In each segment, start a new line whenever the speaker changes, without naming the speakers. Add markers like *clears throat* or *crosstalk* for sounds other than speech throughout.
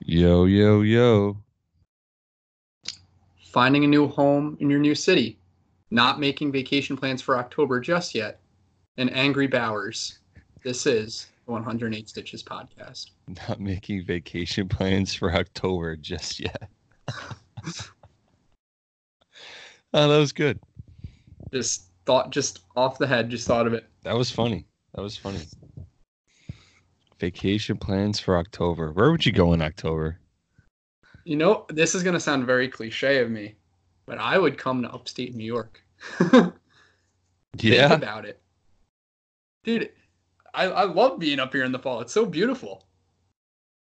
Yo, yo, yo.
finding a new home in your new city, not making vacation plans for October just yet, and Angry Bowers. This is the 108 Stitches podcast.
Not making vacation *laughs* plans for October just yet. *laughs* oh, that was good.
Just thought, just off the head, just thought of it.
That was funny. That was funny. Vacation plans for October. Where would you go in October?
You know, this is going to sound very cliche of me, but I would come to upstate New York. Think
Yeah.
about it. Dude, I, I love being up here in the fall. It's so beautiful.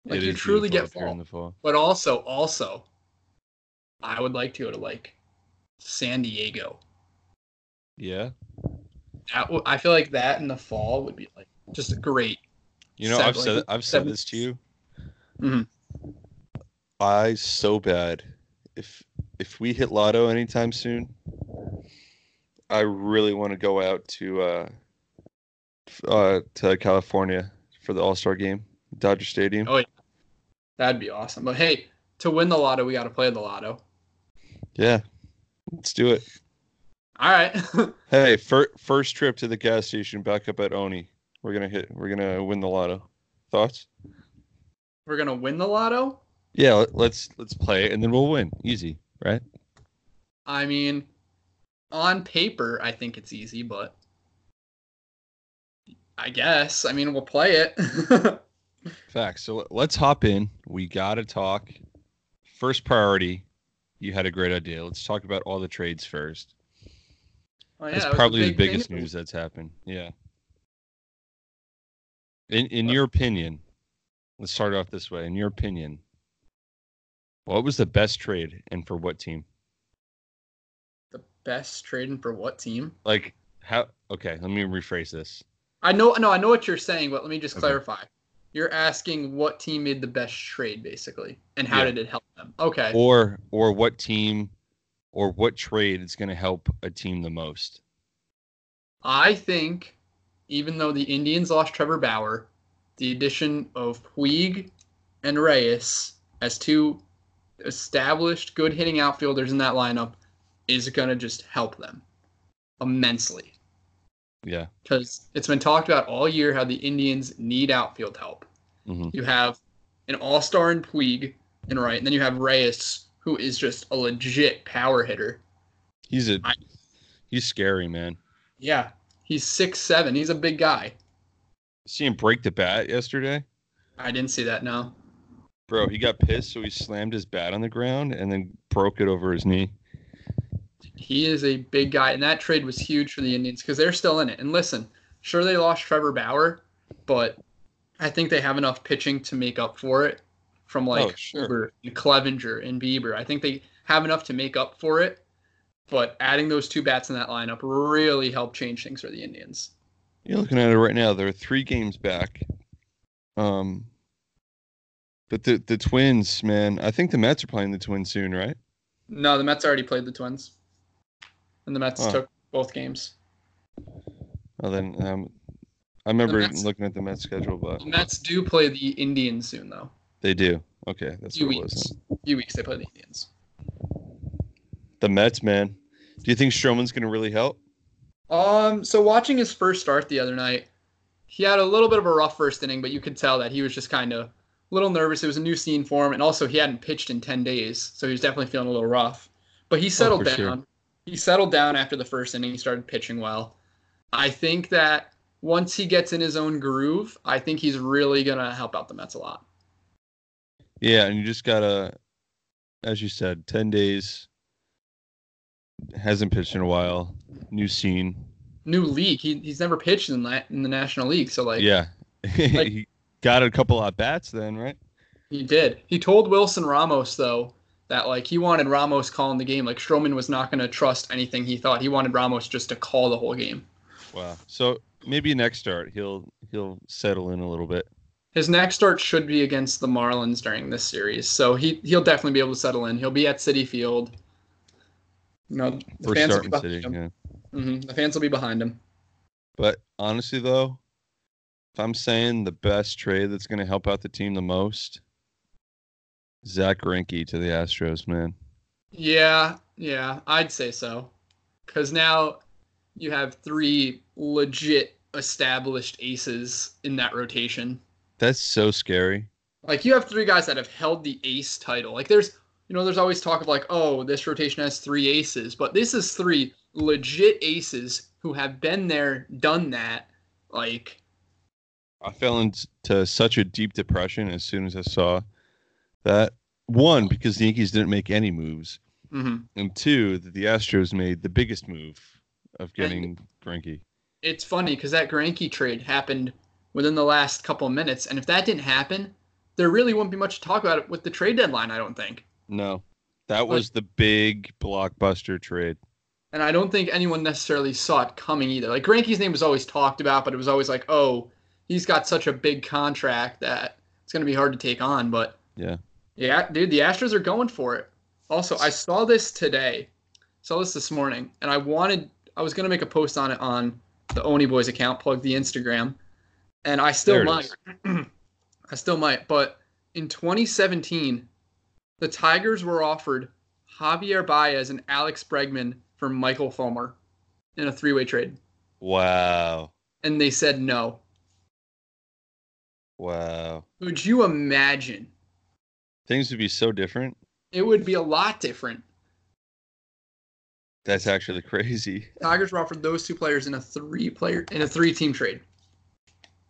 Like,
it
you
is
truly
beautiful
get
up here
fall.
in the fall.
But also, also, I would like to go to like San Diego.
Yeah.
That w- I feel like that in the fall would be like just great.
You know,
Sev-
I've
like,
said I've said
seven-
this to you.
Mhm.
I so bad. If if we hit lotto anytime soon, I really want to go out to uh, f- uh to California for the All Star Game, Dodger Stadium.
Oh. That'd be awesome. But hey, to win the lotto, we got to play the lotto.
Yeah, let's do it.
All right. *laughs*
Hey, fir- first trip to the gas station back up at Oni. We're gonna hit. We're gonna win the lotto. Thoughts?
We're going to win the lotto.
Yeah, let- let's let's play it and then we'll win. Easy, right?
I mean, on paper, I think it's easy, but I guess. I mean, we'll play it. *laughs*
Facts. So let- let's hop in. We got to talk. First priority, you had a great idea. Let's talk about all the trades first.
Well,
that's
that Oh, was
probably
big
the
thing.
biggest news that's happened. Yeah. In in your opinion, let's start off this way. In your opinion, what was the best trade and for what team?
The best trading for what team?
Like how okay, let me rephrase this.
I know, no, I know what you're saying, but let me just
Okay.
clarify. You're asking what team made the best trade, basically, and how
Yeah.
did it help them? Okay,
Or or what team or what trade is going to help a team the most?
I think even though the Indians lost Trevor Bauer, the addition of Puig and Reyes as two established good hitting outfielders in that lineup is going to just help them immensely.
Yeah.
because it's been talked about all year how the Indians need outfield help.
Mhm.
You have an all star in Puig and right, and then you have Reyes, who is just a legit power hitter.
He's a
I-
he's scary, man.
Yeah. He's six seven. He's a big guy.
See him break the bat yesterday,
I didn't see that now.
bro. He got pissed, so he slammed his bat on the ground and then broke it over his knee.
He is a big guy, and that trade was huge for the Indians because they're still in it. And listen, sure they lost Trevor Bauer, but I think they have enough pitching to make up for it from like
oh, sure.
Kluber and Clevenger and Bieber. I think they have enough to make up for it, but adding those two bats in that lineup really helped change things for the Indians.
You're looking at it right now. They're three games back. Um, but the the Twins, man. I think the Mets are playing the Twins soon, right?
No, the Mets already played the Twins, and the Mets
Huh.
took both games.
Oh, then um, I remember
Mets-
looking at the Mets schedule, but
The Mets do play the Indians soon, though.
they do. Okay, that's
few
what it
weeks,
was. Then.
few weeks they play the Indians.
The Mets, man. Do you think Stroman's gonna really help?
Um, so watching his first start the other night, he had a little bit of a rough first inning, but you could tell that he was just kind of a little nervous. It was a new scene for him, and also he hadn't pitched in ten days, so he was definitely feeling a little rough. But he settled
Oh, for
down.
sure.
He settled down after the first inning. He started pitching well. I think that once he gets in his own groove, I think he's really gonna help out the Mets a lot.
Yeah, and you just gotta, as you said, ten days. Hasn't pitched in a while. New scene.
New league. He, he's never pitched in that in the National League, so like
yeah, *laughs* he got a couple at bats then, right?
He did. He told Wilson Ramos though that like he wanted Ramos calling the game. Like Stroman was not going to trust anything he thought. He wanted Ramos just to call the whole game.
Wow. So maybe next start he'll he'll settle in a little bit.
His next start should be against the Marlins during this series, so he he'll definitely be able to settle in. He'll be at City Field. You know, the
First
fans
start
will be
in City.
behind him.
Yeah.
hmm The fans will be behind him.
But honestly though, if I'm saying the best trade that's going to help out the team the most, Zach Greinke to the Astros, man.
Yeah, yeah, I'd say so. Because now you have three legit established aces in that rotation.
That's so scary.
Like you have three guys that have held the ace title. Like there's, you know, there's always talk of like, oh, this rotation has three aces, but this is three legit aces who have been there, done that. Like,
I fell into such a deep depression as soon as I saw that. One, because the Yankees didn't make any moves,
mhm.
and two, that the Astros made the biggest move of getting Grinky.
it's funny because that Granke trade happened within the last couple of minutes, and if that didn't happen, there really wouldn't be much to talk about with the trade deadline. I don't think.
No, that was the big blockbuster trade.
And I don't think anyone necessarily saw it coming either. Like Granke's name was always talked about, but it was always like, oh, he's got such a big contract that it's going to be hard to take on. But
Yeah.
yeah, dude, the Astros are going for it. Also, I saw this today, saw this this morning, and I wanted, I was going to make a post on it on the Oni Boys account, plug the Instagram, and I still
There it
might. *clears throat* I still might, but in 2017, the Tigers were offered Javier Baez and Alex Bregman for Michael Fulmer in a three-way trade,
Wow.
and they said no.
Wow.
Could you imagine?
Things would be so different.
It would be a lot different.
That's actually *laughs* crazy.
Tigers were offered those two players in a three-player in a three-team trade.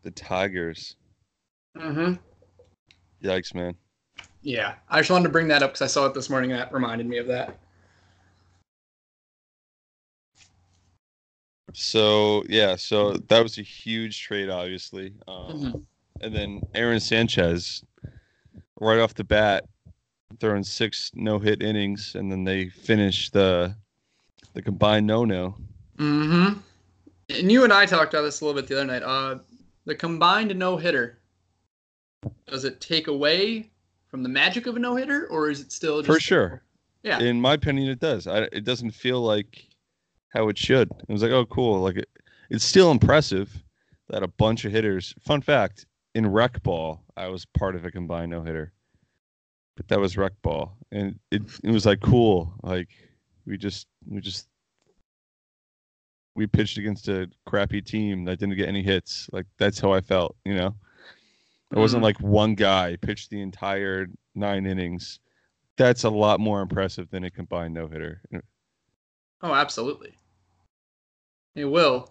The Tigers.
Mm-hmm.
Yikes, man.
Yeah, I just wanted to bring that up because I saw it this morning. and That reminded me of that.
So yeah, so that was a huge trade, obviously. Um,
Mm-hmm.
And then Aaron Sanchez, right off the bat, throwing six no-hit innings, and then they finish the the combined no-no.
Mm-hmm. And you and I talked about this a little bit the other night. Uh, the combined no hitter. Does it take away from the magic of a no hitter, or is it still just
For sure.
Yeah.
In my opinion, it does. I, it doesn't feel like how it should. It was like, oh, cool. Like it, it's still impressive that a bunch of hitters. Fun fact: in rec ball, I was part of a combined no hitter, but that was rec ball, and it it was like cool. Like we just we just we pitched against a crappy team that didn't get any hits. Like that's how I felt. You know, it wasn't
Mhm.
like one guy pitched the entire nine innings that's a lot more impressive than a combined no hitter.
Oh, absolutely. It will.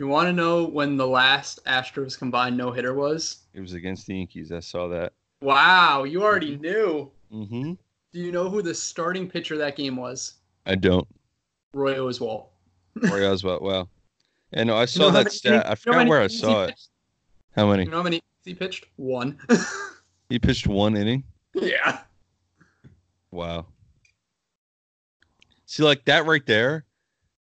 You want to know when the last Astros combined no hitter was?
It was against the Yankees. I saw that.
Wow, you already knew.
Mm-hmm.
Do you know who the starting pitcher of that game was?
I don't.
Roy Oswalt.
Roy Oswalt. Wow. And I saw
know how
that
many
stat.
innings-
I
you know how
forgot
many
where I
innings he
saw it.
pitched?
How many?
You know how many innings he pitched? One. *laughs*
He pitched one inning.
yeah.
Wow. See, like that right there,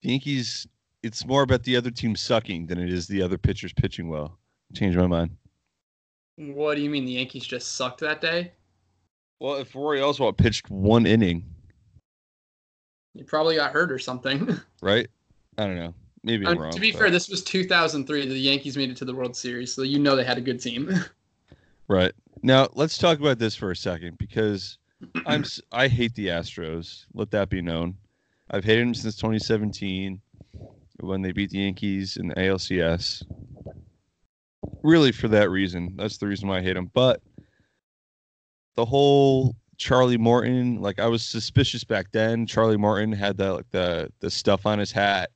the Yankees. It's more about the other team sucking than it is the other pitchers pitching well. Changed my mind.
What do you mean the Yankees just sucked that day?
Well, if Roy Oswalt pitched one inning,
You probably got hurt or something.
right? I don't know.
*laughs*
Maybe I'm
And
wrong.
Uh, to be
but-
fair, this was 2003. The Yankees made it to the World Series, so you know they had a good team. *laughs*
Right. Now, let's talk about this for a second because I'm s- I hate the Astros. Let that be known. I've hated them since 2017 when they beat the Yankees in the ALCS. Really for that reason. That's the reason why I hate them. But the whole Charlie Morton, like I was suspicious back then. Charlie Morton had that like the the stuff on his hat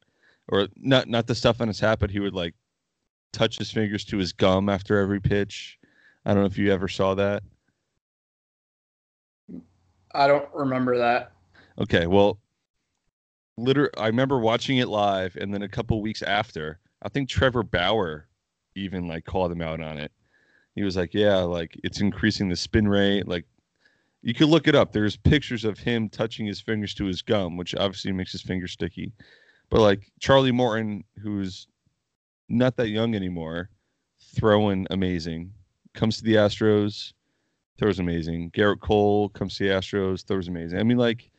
or not not the stuff on his hat, but he would like touch his fingers to his gum after every pitch. I don't know if you ever saw that.
I don't remember that.
Okay, well, liter- I remember watching it live, and then a couple weeks after, I think Trevor Bauer even like called him out on it. He was like, "Yeah, like it's increasing the spin rate." Like, you could look it up. There's pictures of him touching his fingers to his gum, which obviously makes his fingers sticky. But like Charlie Morton, who's not that young anymore, throwing amazing, comes to the Astros, throws amazing. Garrett Cole comes to the Astros, throws amazing. I mean, like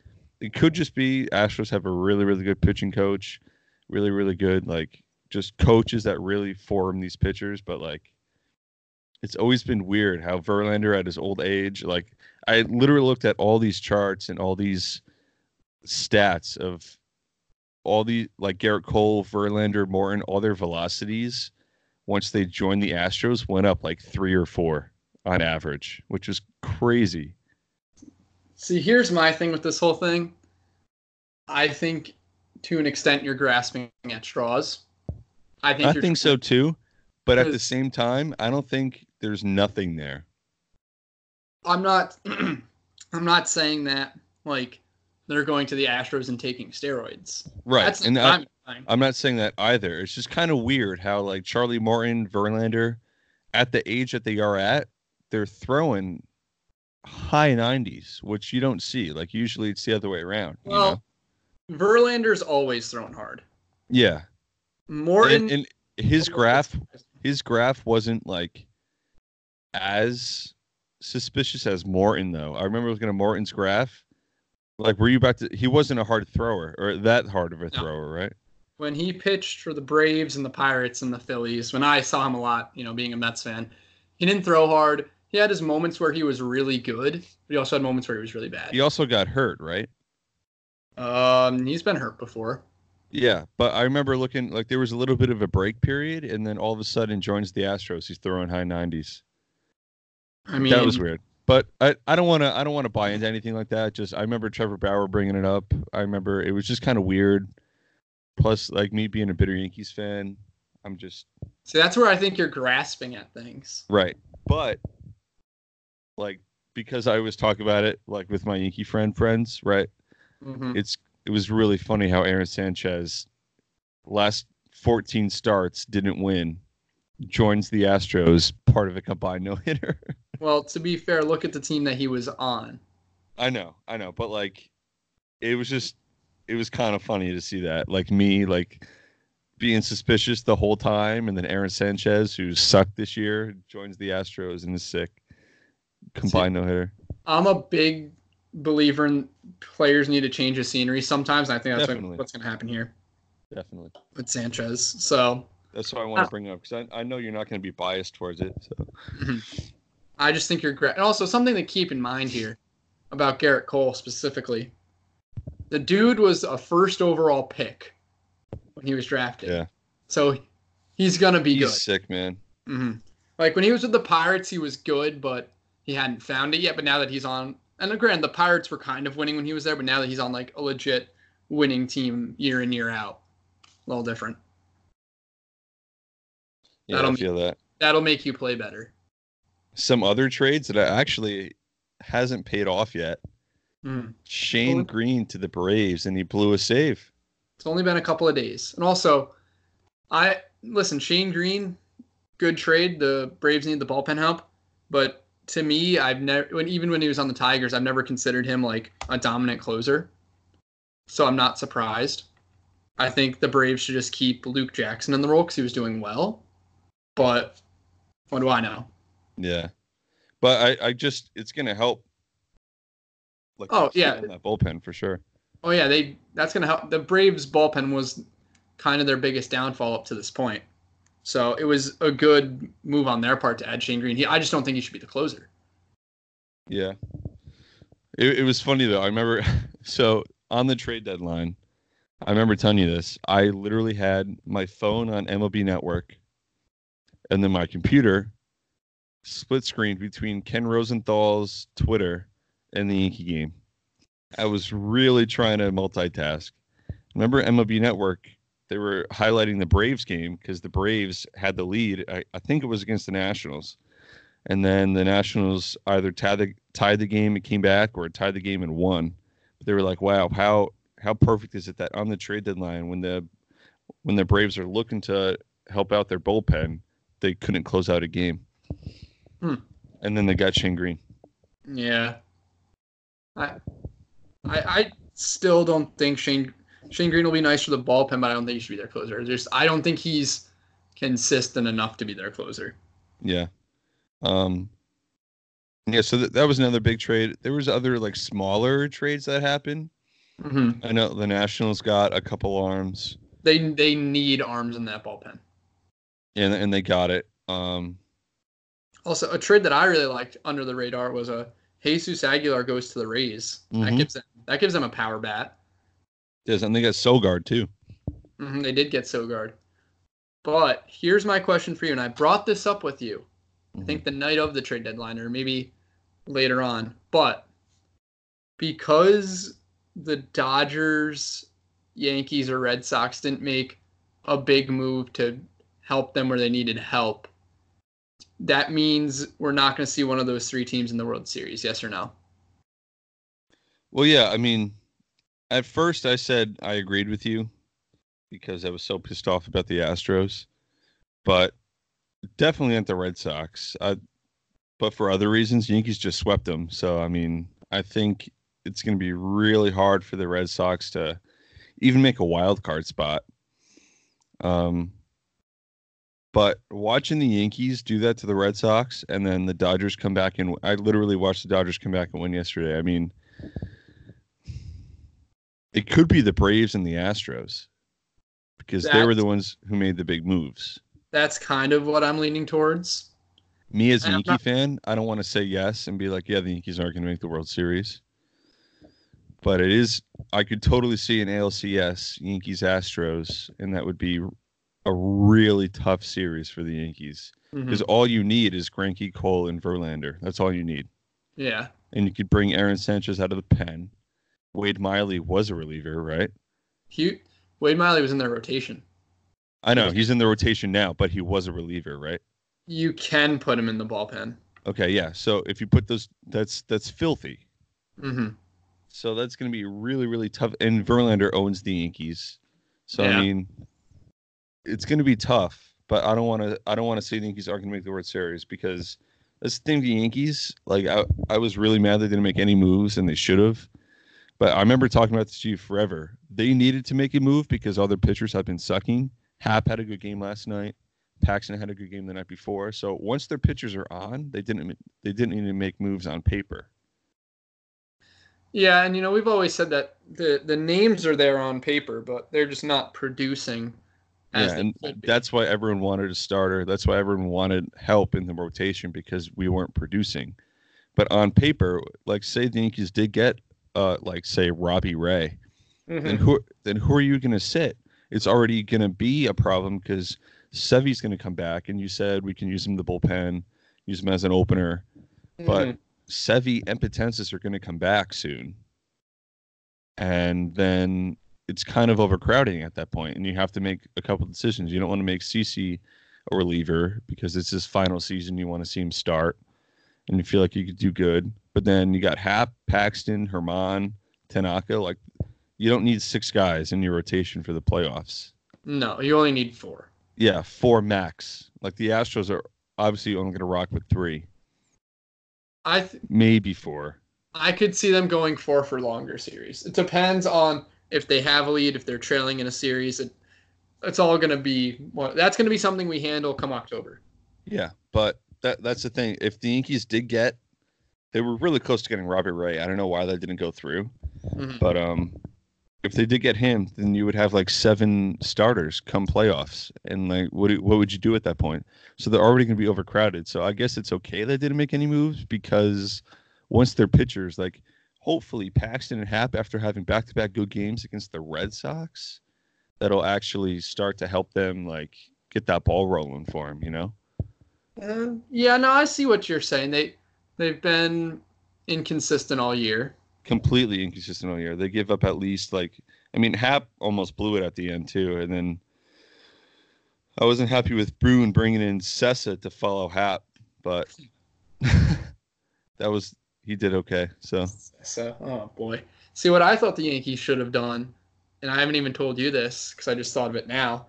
it could just be Astros have a really, really good pitching coach, really, really good like just coaches that really form these pitchers. But like, it's always been weird how Verlander at his old age, like I literally looked at all these charts and all these stats of all the like Garrett Cole, Verlander, Morton, all their velocities once they joined the Astros went up like three or four on average, which was crazy.
See, here's my thing with this whole thing. I think to an extent you're grasping at straws. I think
I
you're
think so too, but at the
Because-
same time, I don't think there's nothing there.
I'm not *clears throat* I'm not saying that like they're going to the Astros and taking steroids.
Right.
That's
and uh,
not
I,
what I'm implying.
I'm not saying that either. It's just kind of weird how like Charlie Morton, Verlander, at the age that they are at, they're throwing high 90s, which you don't see. Like usually it's the other way around. you know?
Well, Verlander's always thrown hard.
yeah.
Morton
and, and his graph, his graph wasn't like as suspicious as Morton though. I remember looking at Morton's graph. Like, were you about to? He wasn't a hard thrower or that hard of a thrower, right?
when he pitched for the Braves and the Pirates and the Phillies, when I saw him a lot, you know, being a Mets fan, he didn't throw hard. He had his moments where he was really good, but he also had moments where he was really bad.
He also got hurt, right?
Um, he's been hurt before.
Yeah, but I remember looking like there was a little bit of a break period, and then all of a sudden joins the Astros. He's throwing high nineties.
I mean,
that was weird. But I, I don't want to I don't want to buy into anything like that. Just I remember Trevor Bauer bringing it up. I remember it was just kind of weird. Plus, like me being a bitter Yankees fan, I'm just
See, that's where I think you're grasping at things.
right. But like because I was talking about it like with my Yankee friend friends, right?
hmm
it's it was really funny how Aaron Sanchez last 14 starts didn't win joins the Astros part of a combined no-hitter.
Well, to be fair, look at the team that he was on.
I know, I know, but like it was just it was kind of funny to see that. Like me like being suspicious the whole time and then Aaron Sanchez who sucked this year joins the Astros and is sick. Combined no-hitter.
I'm a big believer in players need to change the scenery sometimes. And I think that's
Definitely.
what, what's going to happen here
Definitely.
with Sanchez. So
That's what I want
Ah.
to bring up because I, I know you're not going to be biased towards it. So
I just think you're great. And also something to keep in mind here about Garrett Cole specifically. The dude was a first overall pick when he was drafted.
Yeah.
So he's going to be
he's
good.
sick, man.
hmm Like when he was with the Pirates, he was good, but he hadn't found it yet. But now that he's on, and again, the Pirates were kind of winning when he was there, but now that he's on like a legit winning team year in year out, a little different.
Yeah, I
That'll-
feel that.
That'll make you play better.
some other trades that I actually hasn't paid off yet.
Mm.
Shane
Well-
Green to the Braves, and he blew a save.
It's only been a couple of days, and also, I listen. Shane Green, good trade. The Braves need the bullpen help, but to me, I've never when even when he was on the Tigers, I've never considered him like a dominant closer. So I'm not surprised. I think the Braves should just keep Luke Jackson in the role because he was doing well. But what do I know?
Yeah, but I, I just it's gonna help. Like,
Oh,
strengthen
yeah.
that bullpen for sure.
Oh yeah, they that's gonna help. The Braves bullpen was kind of their biggest downfall up to this point, so it was a good move on their part to add Shane Green. He, I just don't think he should be the closer.
Yeah, it it was funny though. I remember *laughs* so on the trade deadline, I remember telling you this. I literally had my phone on MLB Network, and then my computer split screen between Ken Rosenthal's Twitter and the Yankee game. I was really trying to multitask. Remember MLB Network? They were highlighting the Braves game because the Braves had the lead. I, I think it was against the Nationals. And then the Nationals either tied the, tied the game and came back or tied the game and won. But they were like, wow, how how perfect is it that on the trade deadline when the when the Braves are looking to help out their bullpen, they couldn't close out a game.
Hmm.
And then they got Shane Green.
Yeah, I, I, I still don't think Shane Shane Green will be nice for the bullpen, but I don't think he should be their closer. There's, I don't think he's consistent enough to be their closer.
Yeah. Um yeah, so th- that was another big trade. There was other like smaller trades that happened.
Mhm.
I know the Nationals got a couple arms
They they need arms in that bullpen.
and and they got it. Um
Also, a trade that I really liked under the radar was a Jesus Aguilar goes to the Rays. That
Mhm.
gives them that gives them a power bat.
Yes, and they got Sogard too.
hmm they did get Sogard. But here's my question for you, and I brought this up with you. I think the night of the trade deadline, or maybe later on. But because the Dodgers, Yankees, or Red Sox didn't make a big move to help them where they needed help, that means we're not going to see one of those three teams in the World Series. Yes or no?
Well, yeah, I mean, at first I said I agreed with you because I was so pissed off about the Astros, but definitely not the Red Sox. I, but for other reasons, Yankees just swept them. So, I mean, I think it's going to be really hard for the Red Sox to even make a wild card spot. Um, but watching the Yankees do that to the Red Sox and then the Dodgers come back and I literally watched the Dodgers come back and win yesterday. I mean, it could be the Braves and the Astros because they were
That's-
the ones who made the big moves.
That's kind of what I'm leaning towards.
Me as a
And I'm
Yankee
not-
fan, I don't want to say yes and be like, yeah, the Yankees aren't going to make the World Series. But it is, I could totally see an ALCS, Yankees Astros, and that would be a really tough series for the Yankees
Mhm.
because all you need is Granky, Cole, and Verlander. That's all you need.
Yeah.
And you could bring Aaron Sanchez out of the pen. Wade Miley was a reliever, right?
He, Wade Miley was in their rotation.
I know he's in the rotation now, but he was a reliever, right?
You can put him in the bullpen.
Okay, yeah. So if you put those, that's that's filthy.
Mm-hmm.
So that's going to be really, really tough. And Verlander owns the Yankees, so
Yeah.
I mean, it's going to be tough. But I don't want to. I don't want to say the Yankees aren't going to make the World Series because that's the thing. with The Yankees, like I, I was really mad they didn't make any moves and they should have. But I remember talking about this to you forever. They needed to make a move because all their pitchers have been sucking. Hap had a good game last night. Paxton had a good game the night before. So once their pitchers are on, they didn't they didn't need to make moves on paper.
Yeah, and you know we've always said that the the names are there on paper, but they're just not producing. As
yeah,
they
and
should be.
that's why everyone wanted a starter. That's why everyone wanted help in the rotation because we weren't producing. But on paper, like say the Yankees did get, uh, like say Robbie Ray, then
Mhm.
who then who are you going to sit? It's already going to be a problem because Sevy's going to come back, and you said we can use him in the bullpen, use him as an opener. But
Mhm.
Sevy and Potensis are going to come back soon. And then it's kind of overcrowding at that point, and you have to make a couple decisions. You don't want to make CC a reliever because it's his final season. You want to see him start, and you feel like you could do good. But then you got Hap, Paxton, Herman, Tanaka. Like you don't need six guys in your rotation for the playoffs.
Mm-hmm. no, you only need four.
Yeah, four max. Like the Astros are obviously only going to rock with three,
I th-
maybe four.
I could see them going four for longer series. It depends on if they have a lead, if they're trailing in a series. It, it's all going to be well, that's going to be something we handle come October.
Yeah, but that that's the thing. If the Yankees did get, they were really close to getting Robbie Ray. I don't know why that didn't go through,
Mhm.
but um, if they did get him, then you would have like seven starters come playoffs, and like what do- what would you do at that point? So they're already going to be overcrowded. So I guess it's okay they didn't make any moves because once their pitchers like. Hopefully, Paxton and Hap, after having back-to-back good games against the Red Sox, that'll actually start to help them like get that ball rolling for them. You know?
Uh, yeah, no, I see what you're saying. They they've been inconsistent all year.
completely inconsistent all year. They give up at least like I mean Hap almost blew it at the end too, and then I wasn't happy with Bruin bringing in Sessa to follow Hap, but
*laughs*
that was he did okay. So
So, oh boy. See what I thought the Yankees should have done, and I haven't even told you this because I just thought of it now,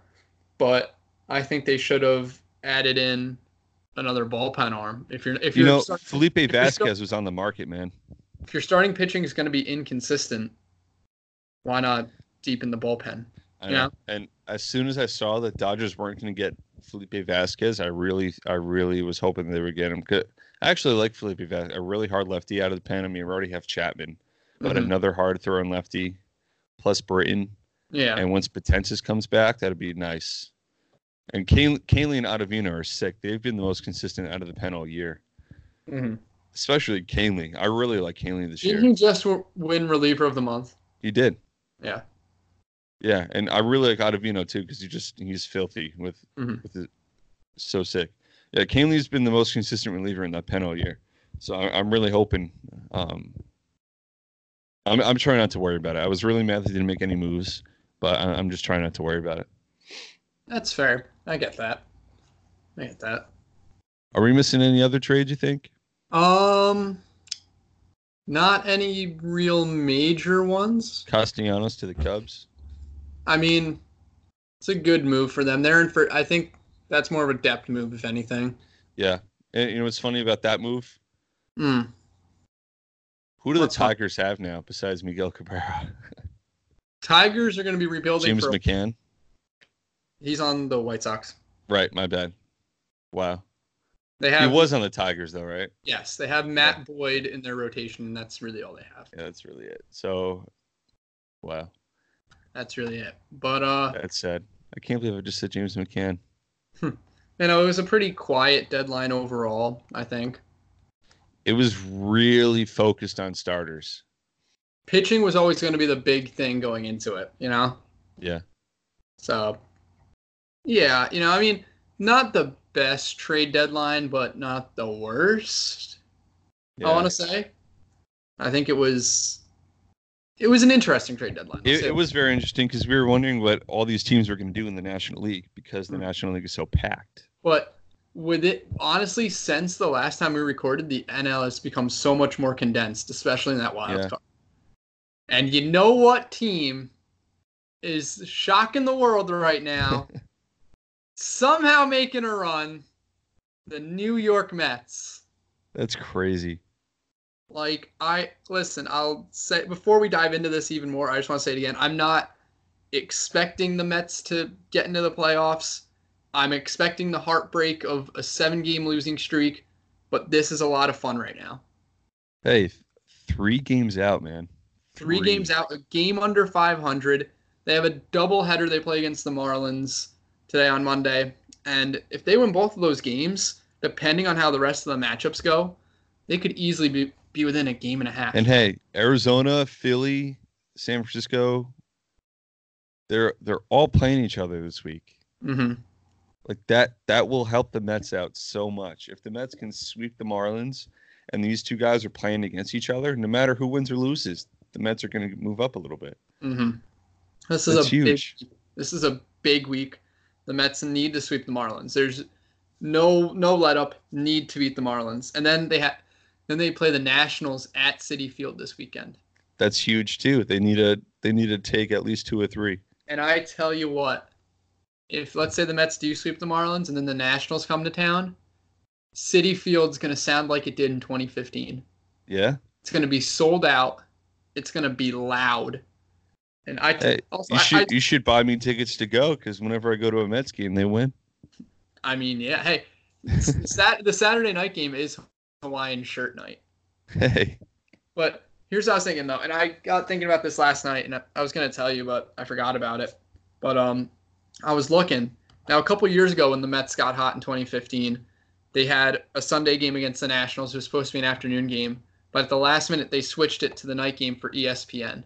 but I think they should have added in another bullpen arm. If you're if
you
you're
know
start-
Felipe
you're still-
Vasquez was on the market, man.
if your starting pitching is going to be inconsistent, why not deepen the bullpen?
I know. And as soon as I saw that Dodgers weren't going to get Felipe Vasquez, I really, I really was hoping they would get him. 'Cause I actually like Felipe Vasquez, a really hard lefty out of the pen. I mean, we already have Chapman, but
Mhm.
another hard throwing lefty plus Britain.
Mm-hmm. Yeah.
And once Potensis comes back, that'd be nice. And Kay- Kaylee and Ottavino are sick. They've been the most consistent out of the pen all year,
Mm-hmm.
especially Kaylee. I really like Kaylee this
Didn't
year.
he just w- win reliever of the month?
He did.
Yeah.
Yeah, and I really like Ottavino too because he just he's filthy with
Mhm.
with his, so sick. Yeah, Canley's been the most consistent reliever in that pen all year, so I, I'm really hoping. Um, I'm I'm trying not to worry about it. I was really mad that they didn't make any moves, but I, I'm just trying not to worry about it.
That's fair. I get that. I get that.
Are we missing any other trades? You think?
Um, not any real major ones.
Castellanos to the Cubs.
I mean, it's a good move for them. They're in for. I think that's more of a depth move, if anything.
Yeah, and you know what's funny about that move?
Mm.
Who do the
What's fun-
Tigers have now besides Miguel Cabrera?
Tigers are going to be rebuilding.
James
for,
McCann.
he's on the White Sox.
Right, my bad. Wow,
They
he
have
was on the Tigers though, right?
yes, they have Matt Boyd in their rotation, and that's really all they have.
Yeah, that's really it. So, wow,
That's really it. But uh,
that's sad. I can't believe I just said James McCann.
you know, it was a pretty quiet deadline overall. I think
It was really focused on starters.
pitching was always going to be the big thing going into it. You know.
Yeah.
So, yeah, you know, I mean, not the best trade deadline, but not the worst.
yeah.
I want to say. I think it was. It was an interesting trade deadline. I'll
It,
say
it was very interesting because we were wondering what all these teams were going to do in the National League because the
Mhm.
National League is so packed.
But with it, honestly, since the last time we recorded, the NL has become so much more condensed, especially in that wild
Yeah.
card. And you know what team is shocking the world right now? somehow making a run, the New York Mets.
That's crazy.
Like I listen, I'll say before we dive into this even more, I just want to say it again. I'm not expecting the Mets to get into the playoffs. I'm expecting the heartbreak of a seven-game losing streak, but this is a lot of fun right now.
Hey, th- three games out, man.
Three, games out, a game under 500. They have a doubleheader they play against the Marlins today on Monday, and if they win both of those games, depending on how the rest of the matchups go, they could easily be be within a game and a half.
And hey, Arizona, Philly, San Francisco, they're they're all playing each other this week.
hmm
like that that will help the Mets out so much. If the Mets can sweep the Marlins and these two guys are playing against each other, no matter who wins or loses, the Mets are going to move up a little bit.
hmm This is
That's
a
huge.
Big, this is a big week. The Mets need to sweep the Marlins. There's no no let up. Need to beat the Marlins, and then they have then they play the Nationals at City Field this weekend.
That's huge too. They need to they need to take at least two or three.
And I tell you what, if let's say the Mets do sweep the Marlins, and then the Nationals come to town, City Field's gonna sound like it did in 2015.
Yeah,
It's gonna be sold out. It's gonna be loud. And I
Hey,
also
you
I- I-
should you should buy me tickets to go because whenever I go to a Mets game, they win. *laughs*
I mean, yeah. Hey, sat- the Saturday night game is Hawaiian shirt night.
Hey,
But here's what I was thinking though, and I got thinking about this last night, and I, I was gonna tell you, but I forgot about it. But um, I was looking now. A couple years ago, when the Mets got hot in 2015, they had a Sunday game against the Nationals. It was supposed to be an afternoon game, but at the last minute, they switched it to the night game for E ESPN.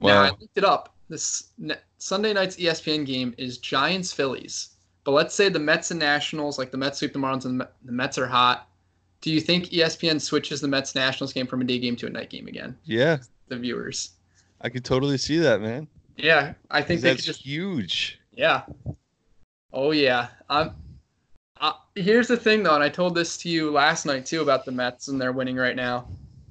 Now I
wow,
looked it up. This n- Sunday night's E ESPN game is Giants Phillies. But let's say the Mets and Nationals, like the Mets sweep the Marlins and the Met- the Mets are hot. Do you think E ESPN switches the Mets Nationals game from a day game to a night game again?
yeah,
The viewers.
I could totally see that, man.
Yeah, I think they could
That's
just.
huge.
Yeah. Oh yeah. Um. Uh, here's the thing though, and I told this to you last night too about the Mets and they're winning right now.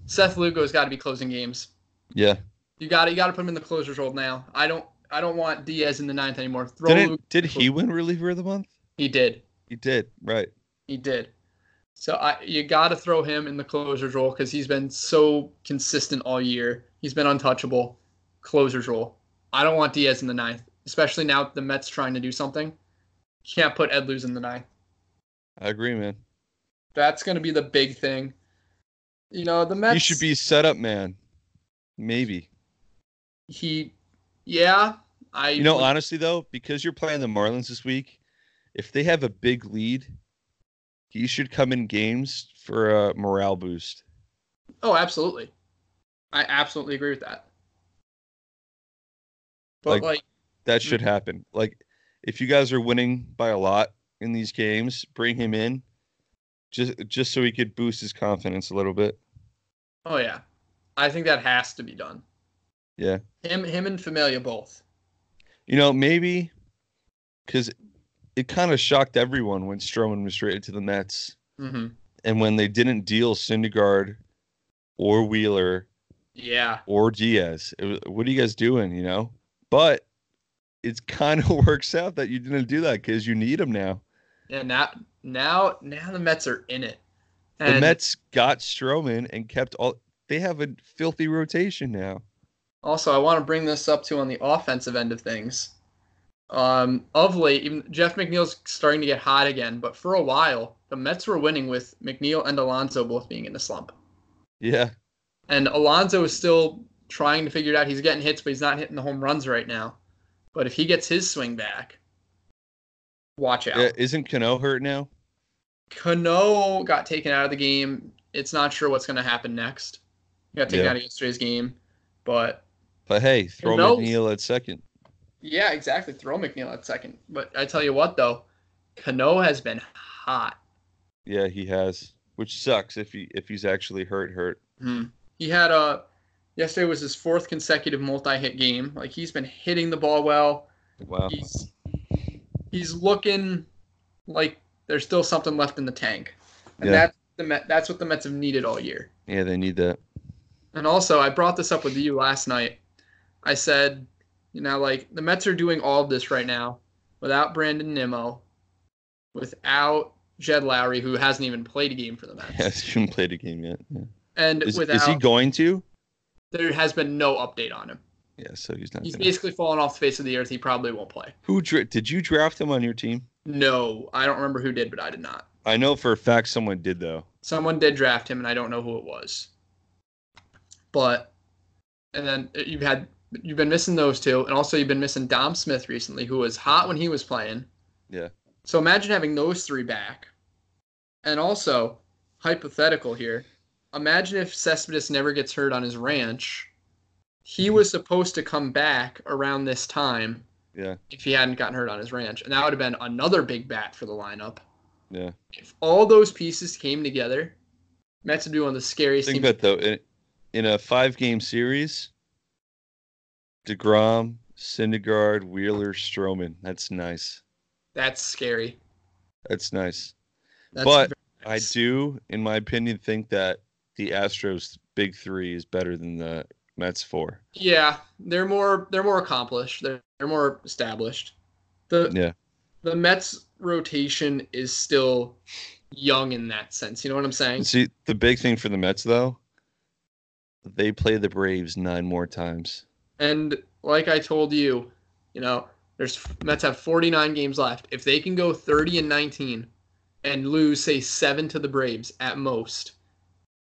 Seth Lugo's got to be closing games.
Yeah,
You got to you got to put him in the closer's role now. I don't I don't want Diaz in the ninth anymore. Throw
did
Lugo-
it, did he win reliever of the month?
He did.
He did, right?
He did. So I you got to throw him in the closer's role because he's been so consistent all year. He's been untouchable. Closer's role. I don't want Diaz in the ninth, especially now that the Mets trying to do something. Can't put Ed Luz in the ninth.
I agree, man.
That's going to be the big thing. You know the Mets.
He should be setup man, maybe.
He. Yeah. I.
You know, honestly though, because you're playing the Marlins this week, if they have a big lead, he should come in games for a morale boost.
Oh, absolutely. I absolutely agree with that. But
Like-
like,
That should happen. Like if you guys are winning by a lot in these games, bring him in just just so he could boost his confidence a little bit.
oh yeah, I think that has to be done.
Yeah.
Him, him, and Familia both.
You know, maybe cuz it kind of shocked everyone when Stroman was traded to the Mets
Mm-hmm.
and when they didn't deal Syndergaard or Wheeler
Yeah.
or Diaz. It was, what are you guys doing? You know, but *laughs* it kind of works out that you didn't do that because you need him now.
Yeah. Now, now, now the Mets are in it.
the Mets got Stroman and kept all. They have a filthy rotation now.
Also, I want to bring this up too on the offensive end of things. Um, of late, even Jeff McNeil's starting to get hot again, but for a while, the Mets were winning with McNeil and Alonso both being in the slump.
Yeah,
And Alonso is still trying to figure it out. He's getting hits, but he's not hitting the home runs right now. But if he gets his swing back, watch out.
yeah. Isn't Cano hurt now?
Cano got taken out of the game. It's not sure what's going to happen next. He got taken
Yeah.
out of yesterday's game, but
But hey, throw
knows?
McNeil at second.
Yeah, exactly. Throw McNeil at second. But I tell you what, though, Cano has been hot.
Yeah, he has, which sucks if he if he's actually hurt. Hurt.
He had a yesterday was his fourth consecutive multi-hit game. Like he's been hitting the ball well.
Wow.
He's he's looking like there's still something left in the tank, and
Yeah.
that's the Met, that's what the Mets have needed all year.
Yeah, they need that. *laughs*
And also, I brought this up with you last night. I said, you know, like the Mets are doing all of this right now without Brandon Nimmo, without Jed Lowry, who hasn't even played a game for the Mets,
Yeah, he not played a game yet. Yeah.
and
Is,
without
is he going to?
there has been no update on him.
Yeah, so he's not.
He's
gonna.
basically fallen off the face of the earth. He probably won't play.
Who dra- did you draft him on your team?
No, I don't remember who did, but I did not.
I know for a fact someone did though.
Someone did draft him, and I don't know who it was. But and then uh, you've had you've been missing those two, and also you've been missing Dom Smith recently, who was hot when he was playing.
Yeah.
So imagine having those three back, and also hypothetical here. Imagine if Cespedes never gets hurt on his ranch. He was supposed to come back around this time
Yeah,
if he hadn't gotten hurt on his ranch, and that would have been another big bat for the lineup
yeah.
if all those pieces came together, Mets would be one of the scariest
Think
teams.
about it, though in, in a five game series, Degrom, Syndergaard, Wheeler, Stroman. That's nice.
That's scary.
That's nice.
That's
But
very
I
nice.
do, in my opinion, think that the Astros big three is better than the Mets four.
Yeah, they're more they're more accomplished. They're, they're more established. The
Yeah,
the Mets rotation is still young in that sense. You know what I'm saying?
see, the big thing for the Mets though, they play the Braves nine more times.
And like I told you, you know, there's Mets have 49 games left. If they can go 30 and 19 and lose say 7 to the Braves at most,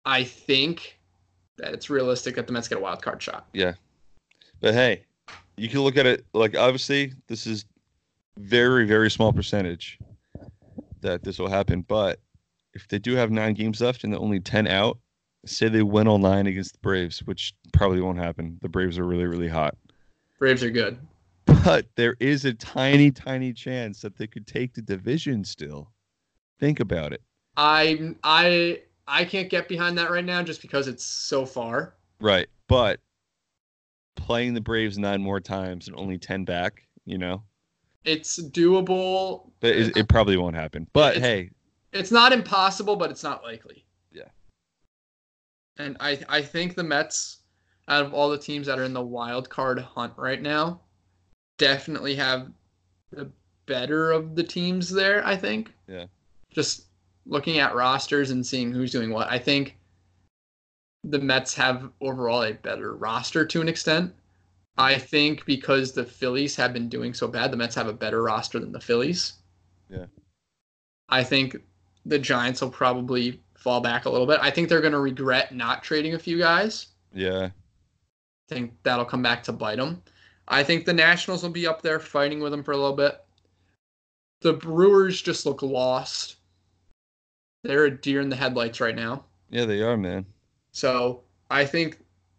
I think that it's realistic that the Mets get a wild card shot.
But hey, you can look at it like obviously this is very very small percentage that this will happen. But if they do have nine games left and they're only ten out, say they win all nine against the Braves, which probably won't happen. The Braves are really really hot,
Braves are good.
but there is a tiny tiny chance that they could take the division still. Think about it.
I I I can't get behind that right now just because it's so far.
Right, but playing the Braves nine more times and only ten back, you know,
It's doable.
but it, it probably won't happen. But
It's-
hey,
it's not impossible, but it's not likely.
Yeah.
And I I think the Mets, out of all the teams that are in the wild card hunt right now, definitely have the better of the teams there. I think.
Yeah.
Just looking at rosters and seeing who's doing what, I think the Mets have overall a better roster to an extent. I think because the Phillies have been doing so bad, the Mets have a better roster than the Phillies.
Yeah.
I think the Giants will probably fall back a little bit. I think they're going to regret not trading a few guys.
yeah.
I think that'll come back to bite them. I think the Nationals will be up there fighting with them for a little bit. The Brewers just look lost. They're a deer in the headlights right now.
Yeah, they are, man.
So I think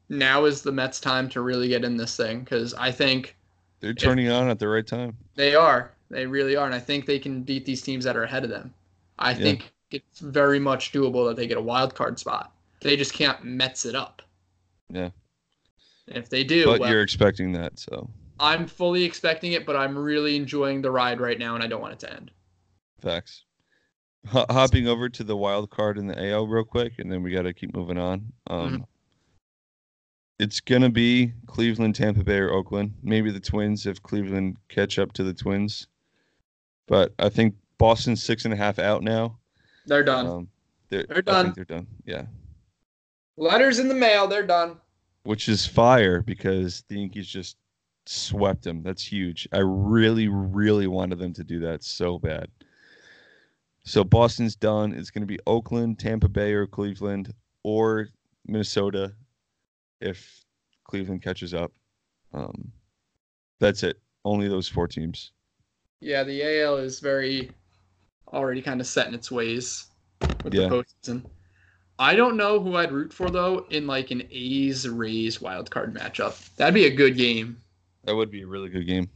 now is the Mets' time to really get in this thing because I think
They're turning on at the right time.
they are. They really are. And I think they can beat these teams that are ahead of them. I
Yeah.
think it's very much doable that they get a wild card spot. They just can't Mets it up.
Yeah.
And if they do,
But
well,
you're expecting that, so
I'm fully expecting it, but I'm really enjoying the ride right now and I don't want it to end.
facts. Ho- hopping over to the wild card in the AL real quick, and then we got to keep moving on. Um,
Mm-hmm.
It's gonna be Cleveland, Tampa Bay, or Oakland. Maybe the Twins if Cleveland catch up to the Twins. But I think Boston's six and a half out now.
They're done.
Um, they're, I
They're
think
done.
they're done. Yeah,
Letters in the mail. They're done.
which is fire because the Yankees just swept them. That's huge. I really, really wanted them to do that so bad. So Boston's done. It's going to be Oakland, Tampa Bay, or Cleveland, or Minnesota if Cleveland catches up. Um, that's it. Only those four teams.
Yeah, the AL is very already kind of set in its ways with
Yeah.
the postseason. I don't know who I'd root for though in like an A's Rays wild card matchup. That'd be a good game.
That would be a really good game.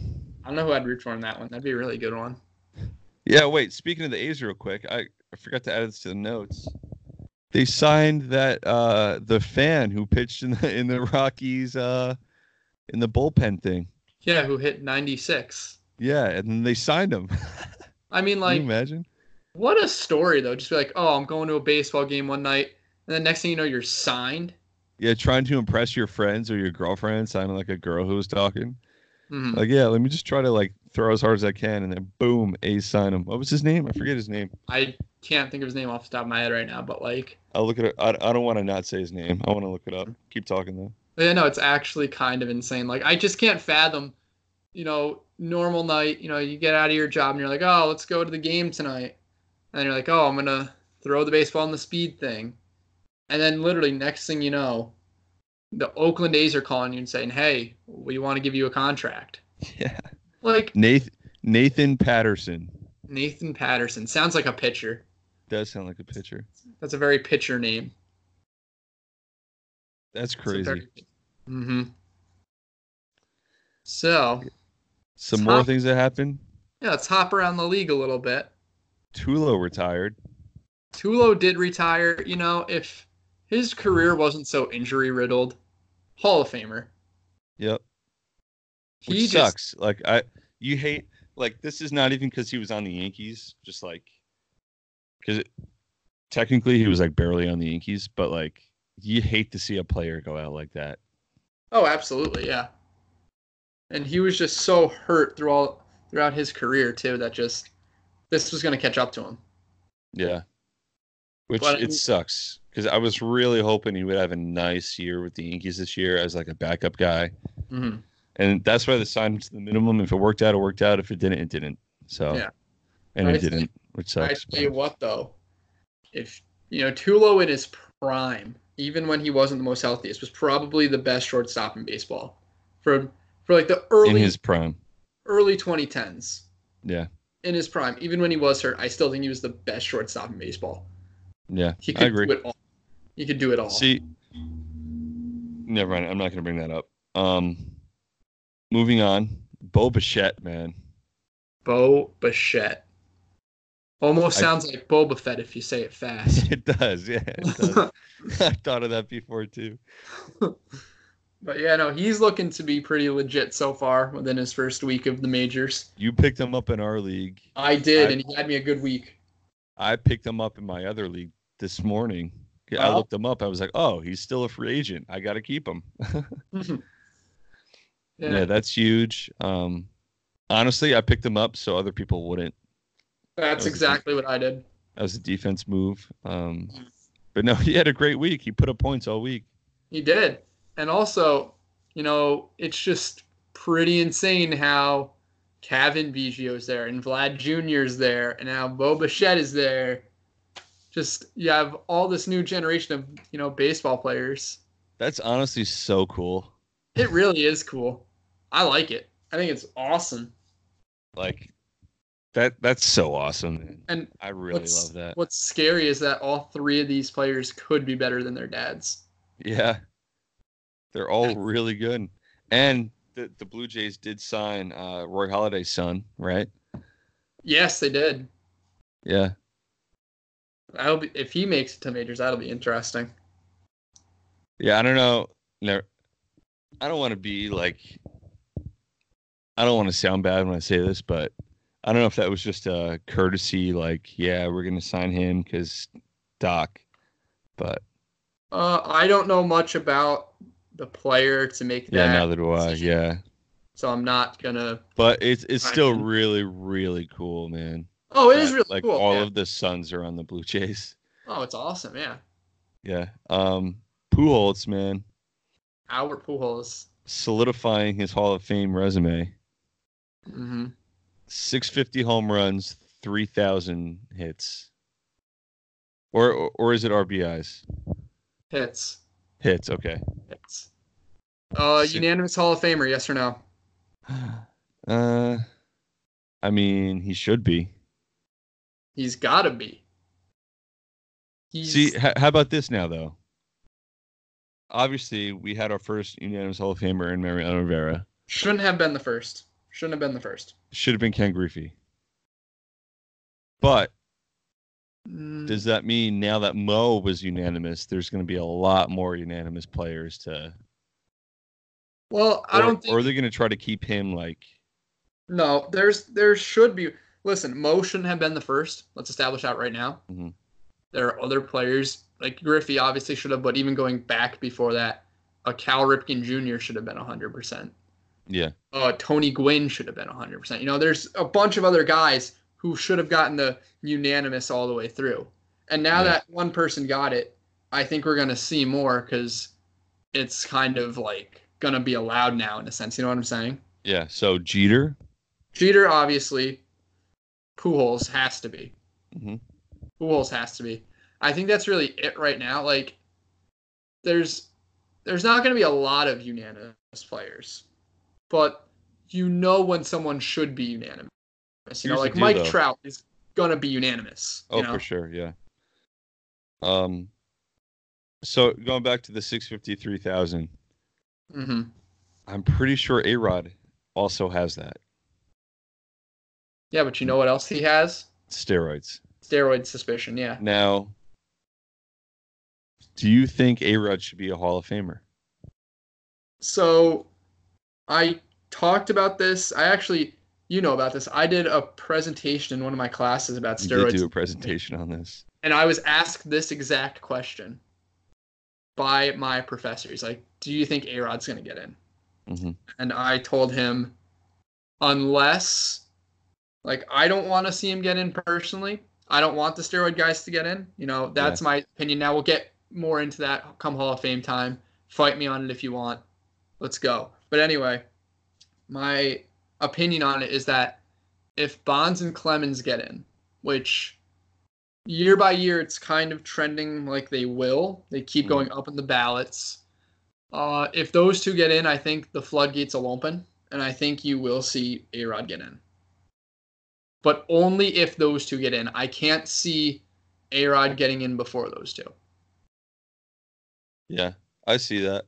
I don't know who I'd root for in that one. That'd be a really good one.
Yeah, wait. Speaking of the A's, real quick, I, I forgot to add this to the notes. They signed that uh, the fan who pitched in the in the Rockies uh, in the bullpen thing.
Yeah, who hit 96.
Yeah, and then they signed him. *laughs*
I mean,
Can
like,
you imagine?
what a story though. Just be like, oh, I'm going to a baseball game one night, and the next thing you know, you're signed.
Yeah, trying to impress your friends or your girlfriend, sounding like a girl who was talking.
Mhm.
Like, yeah, let me just try to like throw as hard as I can, and then boom, A's sign him. What was his name? I forget his name.
I can't think of his name off the top of my head right now, but like,
I'll look it up. I, I don't want to not say his name. I want to look it up. Keep talking though.
Yeah, no, it's actually kind of insane. Like I just can't fathom, you know, normal night, you know, you get out of your job and you're like, oh, let's go to the game tonight. And you're like, oh, I'm gonna throw the baseball in the speed thing. And then literally next thing you know, the Oakland A's are calling you and saying, Hey, we want to give you a contract.
*laughs* Yeah,
Like
Nathan Nathan Patterson
Nathan Patterson. Sounds like a pitcher.
does sound like a pitcher.
That's a very pitcher name.
That's crazy.
Mm-hmm. So
Some
It's
more
hot.
things that happened.
yeah, let's hop around the league a little bit.
Tulo retired.
Tulo did retire. You know, if his career wasn't so injury riddled, Hall of Famer.
Yep. Which
He just,
sucks. Like I you hate like this is not even because he was on the Yankees, just like because technically he was like barely on the Yankees, but like you hate to see a player go out like that.
Oh, absolutely, yeah. And he was just so hurt through all throughout his career too that just this was going to catch up to him.
Yeah. Which
But-
it sucks because I was really hoping he would have a nice year with the Yankees this year as like a backup guy,
Mm-hmm.
and that's why they signed him to the minimum. If it worked out, it worked out. If it didn't, it didn't. So
Yeah.
and
I
it
think-
didn't, which
I
sucks.
tell you
but-
what, though, if you know Tulo in his prime, even when he wasn't the most healthiest, was probably the best shortstop in baseball for for like the
in
early
his prime.
early 2010s.
Yeah,
in his prime, even when he was hurt, I still think he was the best shortstop in baseball.
yeah,
He
I
could
agree.
do it all. He could do it all.
See, never mind. I'm not gonna bring that up. Um, moving on, Bo Bichette, man. *laughs*
Bo Bichette. Almost
I-
sounds like Boba Fett if you say it fast.
*laughs* It does, yeah. It
*laughs*
does. I thought of that before too.
but yeah, no, he's looking to be pretty legit so far within his first week of the majors.
You picked him up in our league.
I did,
I-
and he had me a good week. *laughs*
I picked him up in my other league this morning. I
Oh.
looked him up. I was like, oh, he's still a free agent. I got to keep him.
Yeah.
yeah, that's huge. Um, honestly, I picked him up so other people wouldn't.
that's exactly what I did.
That was a defense move. Um, but no, *laughs* he had a great week. He put up points all week.
He did. And also, you know, it's just pretty insane how Kevin Biggio's there and Vlad Jr.'s there and now Bo Bichette is there. Just you have all this new generation of, you know, baseball players.
That's honestly so cool.
It really is cool. I like it. I think it's awesome.
Like That that's so awesome. Man.
And
I really
what's-
love that.
What's scary is that all three of these players could be better than their dads.
Yeah. They're
*laughs*
all really good. And the, the Blue Jays did sign uh, Roy Holiday's son, right?
Yes, they did.
Yeah.
That'll be, if he makes it to majors, that'll be interesting.
Yeah, I don't know. No, I don't want to be like. I don't want to sound bad when I say this, but I don't know if that was just a courtesy, like, yeah, we're gonna sign him because Doc. But
Uh, I don't know much about the player to make that,
yeah, neither do I.
decision.
Yeah,
so I'm not gonna.
but it's it's
Sign
still
him.
really really cool, man.
Oh, it is
that,
really
like
cool.
all
yeah.
of the Suns are on the Blue Jays.
oh, it's awesome. Yeah,
Yeah, um, Pujols, man,
Albert Pujols.
solidifying his Hall of Fame resume.
Mm-hmm.
650 home runs, 3,000 hits. Or, or or is it RBIs?
Hits.
Hits,
*gasps*
okay.
Hits. Uh,
Sick.
unanimous Hall of Famer. Yes or no?
Uh I mean, he should be.
He's gotta be. He's,
See, h- how about this now though? Obviously, we had our first unanimous Hall of Famer in Mariano Rivera.
shouldn't have been the first. Shouldn't have been the first.
Should have been Ken Griffey. But
Mm,
does that mean now that Mo was unanimous, there's going to be a lot more unanimous players to
well, I
or-
don't think
or they're going to try to keep him like
No, there's there should be. Listen, Mo shouldn't have been the first. Let's establish that right now.
Mhm.
There are other players like Griffey obviously should have, but even going back before that, a Cal Ripken Jr. should have been 100. percent
yeah.
Uh, Tony Gwynn should have been 100. percent You know, there's a bunch of other guys who should have gotten the unanimous all the way through, and now
Yeah.
that one person got it, I think we're gonna see more because it's kind of like gonna be allowed now in a sense. You know what I'm saying?
Yeah. So Jeter.
Jeter, obviously. Pujols has to be.
Mhm.
Pujols has to be. I think that's really it right now. Like, there's there's not going to be a lot of unanimous players, but you know when someone should be unanimous. You
Here's
know,
the
like
deal,
Mike
though.
Trout is going to be unanimous.
Oh,
you know?
for sure. Yeah. Um. So going back to the six fifty three thousand,
hmm
I'm pretty sure A Rod also has that
Yeah, but you know what else he has?
steroids.
Steroid suspicion. Yeah.
Now, do you think A Rod should be a Hall of Famer?
So I talked about this. I actually, you know about this. I did a presentation in one of my classes about
You did
steroids,
do a presentation on this.
and I was asked this exact question by my professor. He's like, "Do you think A Rod's going to get in?"
Mhm.
And I told him, unless, like, I don't want to see him get in personally. I don't want the steroid guys to get in. You know, that's my opinion. Now we'll get more into that come Hall of Fame time. Fight me on it if you want. Let's go. But anyway, my opinion on it is that if Bonds and Clemens get in, which year by year it's kind of trending like they will, they keep
Mhm.
going up in the ballots. Uh, if those two get in, I think the floodgates will open, and I think you will see A Rod get in. But only if those two get in. I can't see A Rod getting in before those two.
Yeah, I see that,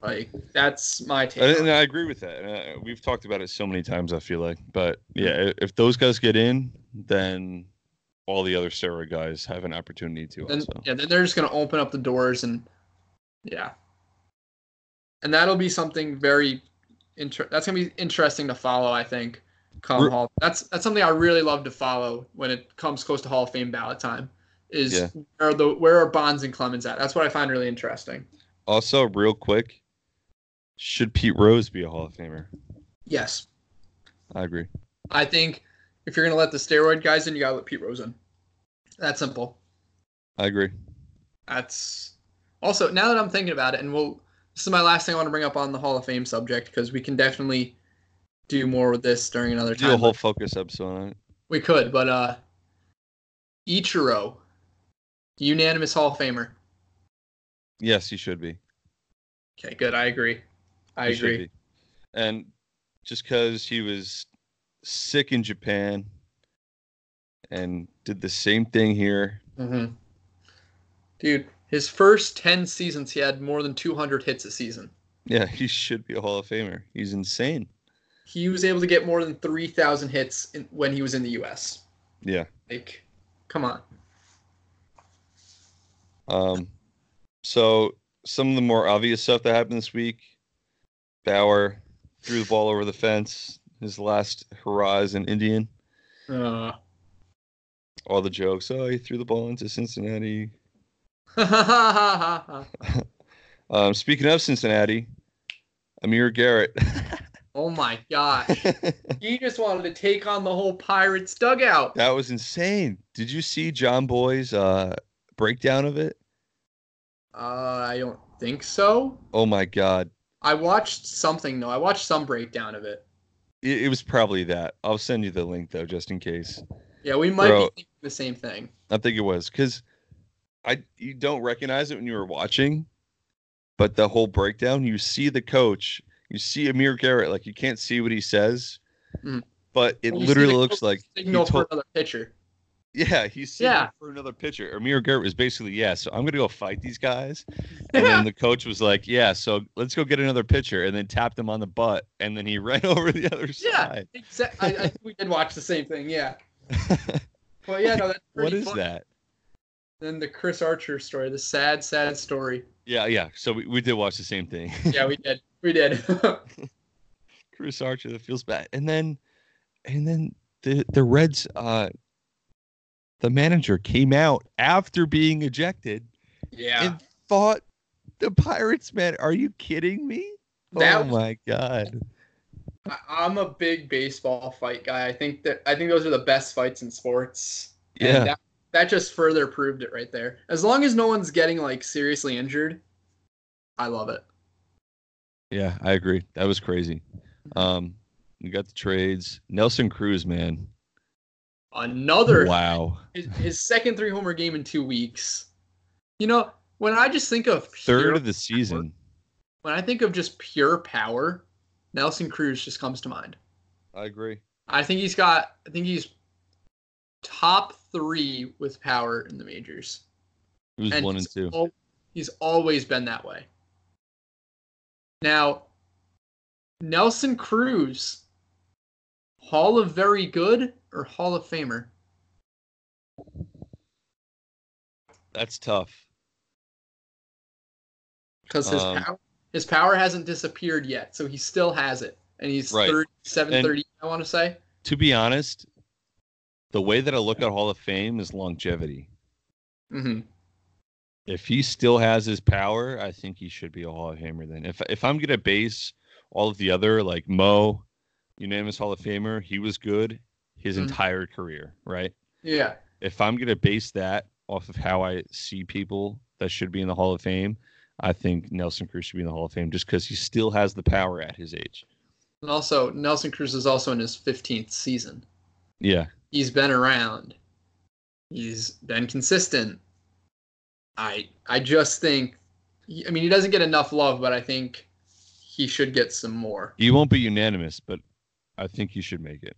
Like that's my take.
Uh, and,
on
and
it.
I agree with that. And I, we've talked about it so many times. I feel like, but yeah, i- if those guys get in, then all the other steroid guys have an opportunity to
Then,
also.
yeah, then they're just gonna open up the doors and yeah, and that'll be something very inter- That's gonna be interesting to follow. I think. Come
Re-
Hall. That's that's something I really love to follow when it comes close to Hall of Fame ballot time. Is
Yeah.
where are the where are Bonds and Clemens at? That's what I find really interesting.
Also, real quick, should Pete Rose be a Hall of Famer?
Yes,
I agree.
I think if you're gonna let the steroid guys in, you gotta let Pete Rose in. That's simple.
I agree.
That's also now that I'm thinking about it, and we'll this is my last thing I want to bring up on the Hall of Fame subject because we can definitely do more with this during another
Do a
time.
whole focus episode on it.
we could, but uh Ichiro, unanimous Hall of Famer.
Yes, he should be.
Okay, good. I agree. I
He should
agree.
be. And just because he was sick in Japan, and did the same thing here.
Mm-hmm. Dude, his first 10 seasons, he had more than 200 hits a season.
Yeah, *laughs* he should be a Hall of Famer. He's insane.
He was able to get more than 3,000 hits in, when he was in the U.S.
Yeah.
Like, come on.
Um, so some of the more obvious stuff that happened this week: Bauer threw the ball over the fence. His last hurrah as an Indian.
*laughs* Uh,
All the jokes. Oh, he threw the ball into Cincinnati. Um, speaking of Cincinnati, Amir Garrett. *laughs*
oh my gosh.
that
He just wanted to take on the whole Pirates dugout.
was insane. Did you see John Boy's uh, breakdown of it?
Uh, I don't think so.
Oh my God.
I watched something though. I watched some breakdown of it.
It, it was probably that. I'll send you the link though, just in case.
Yeah, we might
Bro.
be thinking the same thing.
I think it was because I you don't recognize it when you were watching, but the whole breakdown, you see the coach, you see Amir Garrett, like you can't see what he says,
Mm.
but it
Well, you see
literally
the
looks
coach
like he
signal
told-
for another pitcher.
yeah, he's signaling
Yeah.
for another pitcher. Amir Garrett was basically yeah, so I'm gonna go fight these
*laughs*
guys, and then the coach was like yeah, so let's go get another pitcher, and then tapped him on the butt, and then he *laughs* ran over the other
yeah,
side.
exactly. I, I think we did watch the same thing.
*laughs*
Yeah. Well, yeah, no, that's
What
pretty
is
fun.
that?
Then the Chris Archer story, the sad,
*laughs*
sad story.
Yeah, yeah. So we, we did watch the same thing.
Yeah, we did. We did. *laughs*
Chris Archer that feels bad. And then and then the the Reds uh the manager came out after being ejected
yeah.
and thought the Pirates man, are you kidding me?
That
oh
was-
my god.
I- I'm a big baseball fight guy. I think that I think those are the best fights in sports. And
Yeah.
that, that just further proved it right there. As long as no one's getting like seriously injured, I love it.
Yeah, I agree. That was crazy. Um we got the trades. Nelson Cruz, man.
Another
Wow.
his, his second three homer game in two weeks. You know, when I just think of pure,
Third of the season.
when I think of just pure power, Nelson Cruz just comes to mind.
I agree.
I think he's got. I think he's top three with power in the majors.
It was
And
one and
he's
two.
al- he's always been that way. Now, Nelson Cruz, Hall of Very Good or Hall of Famer?
That's tough.
Because his
Um,
power his power hasn't disappeared yet, so he still has it, and he's
Right.
37,
And-
30, I want to say.
to be honest, the way that I look at Hall of Fame is longevity.
hmm
If he still has his power, I think he should be a Hall of Famer. Then, if if I'm gonna base all of the other like Mo, unanimous Hall of Famer, he was good his
Mhm.
entire career, right?
Yeah.
If I'm gonna base that off of how I see people that should be in the Hall of Fame, I think Nelson Cruz should be in the Hall of Fame just because he still has the power at his age.
And also, Nelson Cruz is also in his 15th season.
Yeah,
He's been around. He's been consistent. I I just think I mean he doesn't get enough love, but I think he should get some more.
he won't be unanimous, but I think he should make it.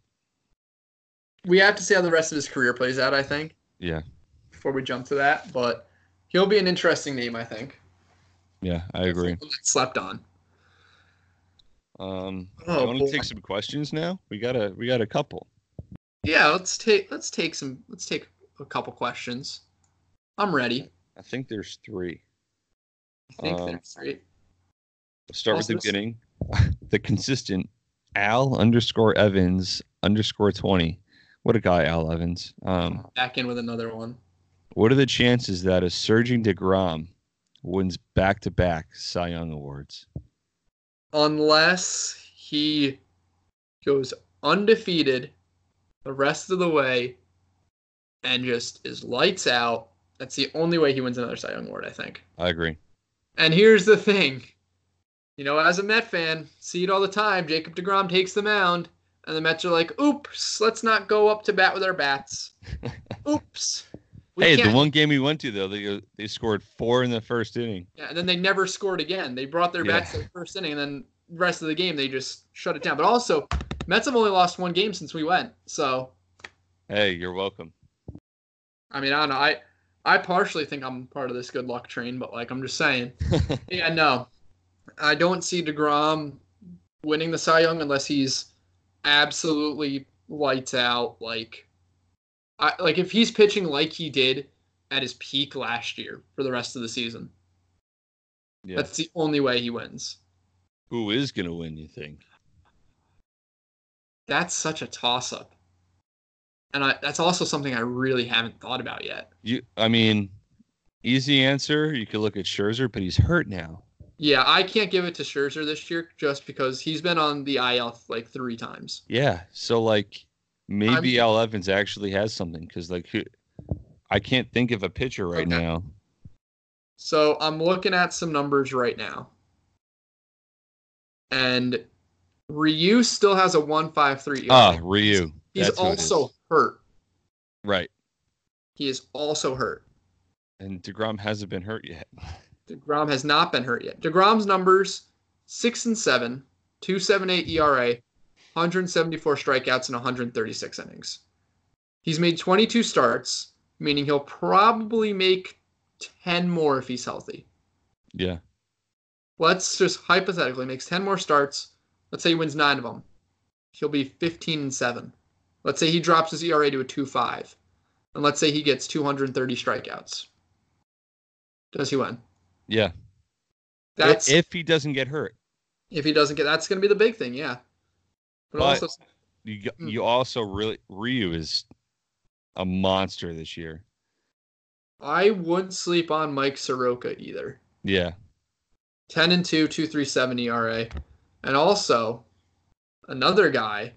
We have to see how the rest of his career plays out, I think,
Yeah.
before we jump to that, but he'll be an interesting name, I think.
Yeah, I agree.
One that Slept on.
Um,
Oh,
I want to
boy.
take some questions now. We got a we got a couple.
Yeah, let's take let's take some let's take a couple questions. I'm ready.
I think there's three.
I think
Um,
that's right.
We'll start with the
Awesome.
beginning. *laughs* the consistent Al underscore Evans underscore twenty. What a guy, Al Evans. Um,
Back in with another one.
what are the chances that a surging Degrom wins back to back Cy Young awards?
unless he goes undefeated the rest of the way and just is lights out. That's the only way he wins another Cy Young Award, I think.
I agree.
And here's the thing. You know, as a Met fan, see it all the time. Jacob DeGrom takes the mound, and the Mets are like, oops, let's not go up to bat with
*laughs*
our bats. Oops. We
hey, the
can't-
one game we went to though, they uh, they scored four in the first inning.
Yeah, and then they never scored again. They brought their
Yeah.
bats to the first inning, and then the rest of the game they just shut it down. But also, Mets have only lost one game since we went, so
Hey, you're welcome.
I mean, I don't know. I I partially think I'm part of this good luck train, but like I'm
*laughs*
just saying. yeah, no, I don't see Degrom winning the Cy Young unless he's absolutely lights out. Like, I like if he's pitching like he did at his peak last year for the rest of the season.
Yeah.
That's the only way he wins.
Who is going to win, you think?
That's such a toss up. And I, that's also something I really haven't thought about yet.
You, I mean, easy answer. You could look at Scherzer, but he's hurt now.
Yeah, I can't give it to Scherzer this year just because he's been on the IL like three times.
Yeah. So like maybe Al Evans actually has something because like who, I can't think of a pitcher right
Okay.
now.
So I'm looking at some numbers right now. And Ryu still has a 153.
Ah, Ryu.
He's
That's who it is.
also hurt.
right,
He is also hurt.
and Degrom hasn't been hurt yet.
DeGrom has not been hurt yet. DeGrom's numbers 6 and 7, 278 ERA, 174 strikeouts, and 136 innings. He's made 22 starts, meaning he'll probably make 10 more if he's healthy.
Yeah.
Let's just hypothetically makes 10 more starts. Let's say he wins nine of them. He'll be 15 and 7. Let's say he drops his ERA to a 2.5. And let's say he gets 230 strikeouts. Does he win?
Yeah.
That's
if he doesn't get hurt.
if he doesn't get that's going to be the big thing yeah but,
But-
also
You g-
Mm.
you also really Ryu is a monster this year.
i wouldn't sleep on mike soroka either
Yeah.
10 and 2 237 era E and also another guy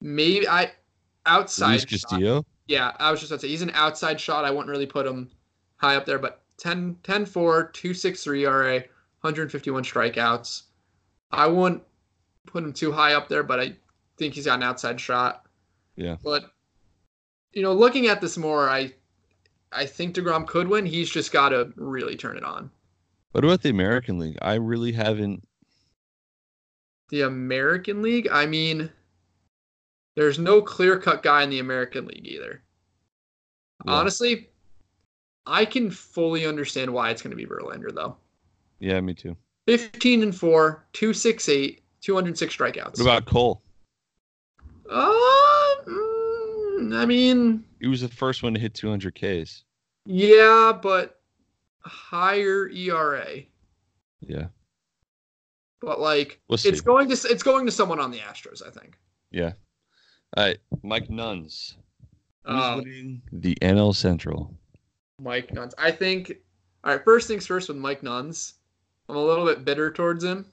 maybe i outside
Luis
shot-
Castillo.
yeah i was just about to say he's an outside shot i wouldn't really put him high up there but 10 10 4 263 era 151 strikeouts i wouldn't put him too high up there but i think he's got an outside shot
Yeah.
But you know, looking at this more, I I think Degrom could win. He's just got to really turn it on.
What about the American League? I really haven't.
The American League, I mean, there's no clear cut guy in the American League either.
Yeah.
Honestly, I can fully understand why it's going to be Verlander though.
Yeah, me too.
15 and 4, 268, 206 strikeouts.
What about Cole?
Uh, mm, I mean,
He was the first one to hit 200 Ks.
yeah, but higher E ERA.
Yeah.
but like
We'll see.
it's going to it's going to someone on the Astros, I think.
All right. Mike Nuns. Who's
Um,
winning the NL Central?
Mike Nuns. I think. All right, first things first with Mike Nuns, I'm a little bit bitter towards him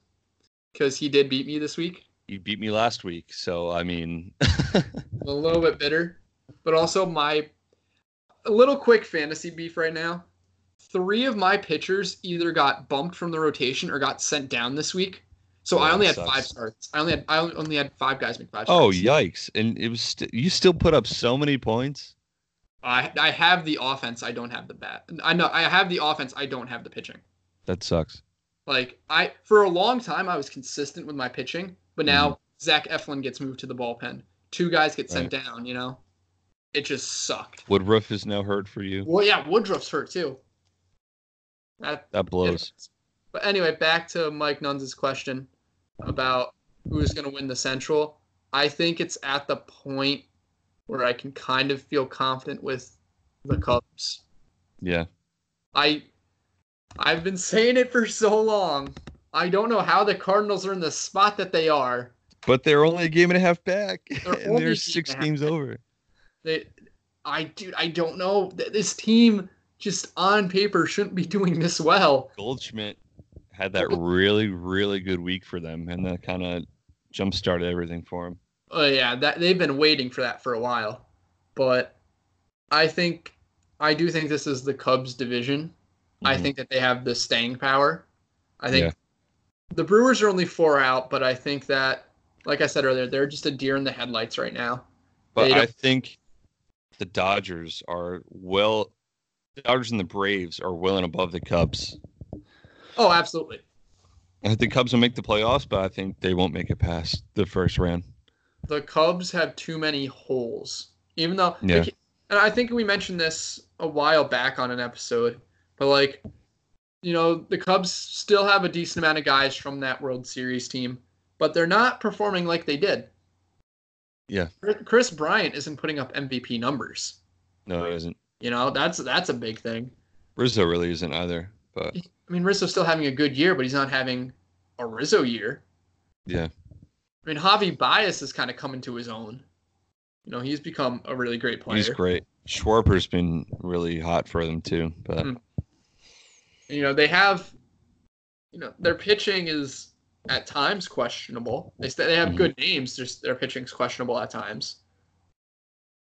because he did beat me this week.
You beat me last week, so I mean,
I'm a little bit bitter, but also my a little quick fantasy beef right now. Three of my pitchers either got bumped from the rotation or got sent down this week. So
Yeah,
I only had
that
five
sucks.
starts. I only had I only had five guys make five.
*laughs* oh
starts.
yikes! And it was st- you still put up so many points.
I I have the offense. I don't have the bat. I know I have the offense. I don't have the pitching.
That sucks.
Like I for a long time I was consistent with my pitching, but now Zach Eflin gets moved to the bullpen. Two guys get sent down, you know? It just sucked.
Woodruff is now hurt for you.
Well yeah, Woodruff's hurt too. That
That blows.
but anyway, back to Mike Nuns' question about who's gonna win the central. I think it's at the point where I can kind of feel confident with the Cubs.
Yeah.
I I've been saying it for so long. I don't know how the Cardinals are in the spot that they are.
But they're only a game and a half back, *laughs*
They're
and
only
they're
a
six
game and a
games over.
They I dude, I don't know. Th- This team just on paper shouldn't be *laughs* doing this well.
Goldschmidt had that really, really good week for them, and that kind of jump started everything for him.
Oh yeah, that they've been waiting for that for a while. But I think I do think this is the Cubs division. I
Mhm.
think that they have the staying power. I think
Yeah.
the Brewers are only four out, but I think that, like I said earlier, they're just a deer in the headlights right now.
But
They don't-
I think the Dodgers are well. The Dodgers and the Braves are well and above the Cubs.
Oh, absolutely.
I think the Cubs will make the playoffs, but I think they won't make it past the first round.
The Cubs have too many holes. Even though
Yeah.
like, and I think we mentioned this a while back on an episode, but like, you know, the Cubs still have a decent amount of guys from that World Series team, but they're not performing like they did.
Yeah.
Chris Bryant isn't putting up MVP numbers.
No, it isn't.
You know, that's that's a big thing.
Rizzo really isn't either. But
I mean, Rizzo's still having a good year, but he's not having a Rizzo year.
yeah,
I mean, Javi Bias is kind of coming to his own. You know, he's become a really great player.
he's great. Schwarber's been really hot for them too. But
Mm. you know they have you know their pitching is at times questionable they, st- they have
Mhm.
good names just their pitching's questionable at times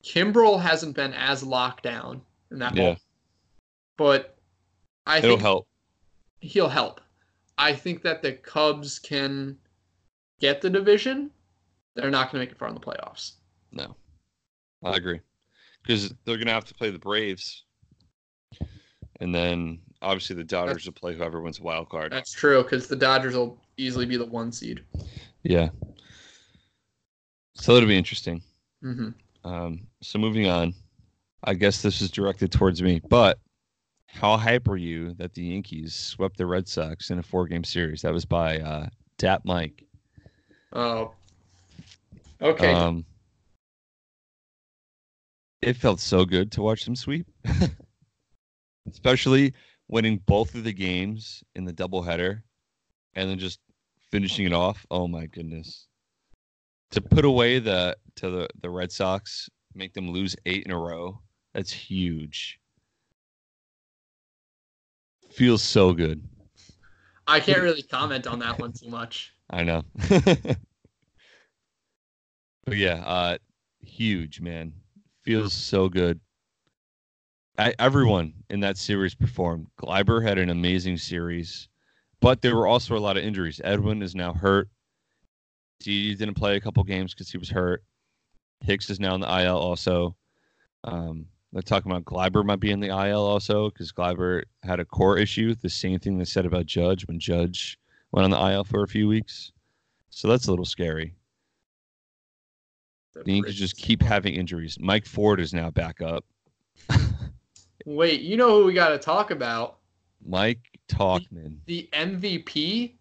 Kimbrel hasn't been as locked down in that
yeah,
role, but I
it'll
think
help.
he'll help I think that the Cubs can get the division they're not going to make it far in the playoffs
I agree because they're gonna have to play the Braves, and then obviously the Dodgers will play whoever wins the wild card.
that's true because the Dodgers will easily be the one seed
Yeah. So that'll be interesting.
hmm
Um, so moving on, I guess this is directed towards me, but how hype are you that the Yankees swept the Red Sox in a four-game series? That was by uh, Dap Mike.
oh okay
Um, it felt so good to watch them sweep, *laughs* especially winning both of the games in the doubleheader, and then just finishing it off. Oh my goodness! To put away the to the the Red Sox, make them lose eight in a row. That's huge. Feels so good.
I can't really comment on that one too much
I know. *laughs* but yeah, uh huge man. Feels so good. I, everyone in that series performed. Gleiber had an amazing series, but there were also a lot of injuries. Edwin is now hurt. He didn't play a couple games because he was hurt. Hicks is now in the IL also. Um, they're talking about Gleiber might be in the IL also because Gleiber had a core issue. The same thing they said about Judge when Judge went on the IL for a few weeks. So that's a little scary. The Yankees just keep having injuries. Mike Ford is now back up.
Wait, you know who we got to talk about?
Mike Talkman.
The MVP.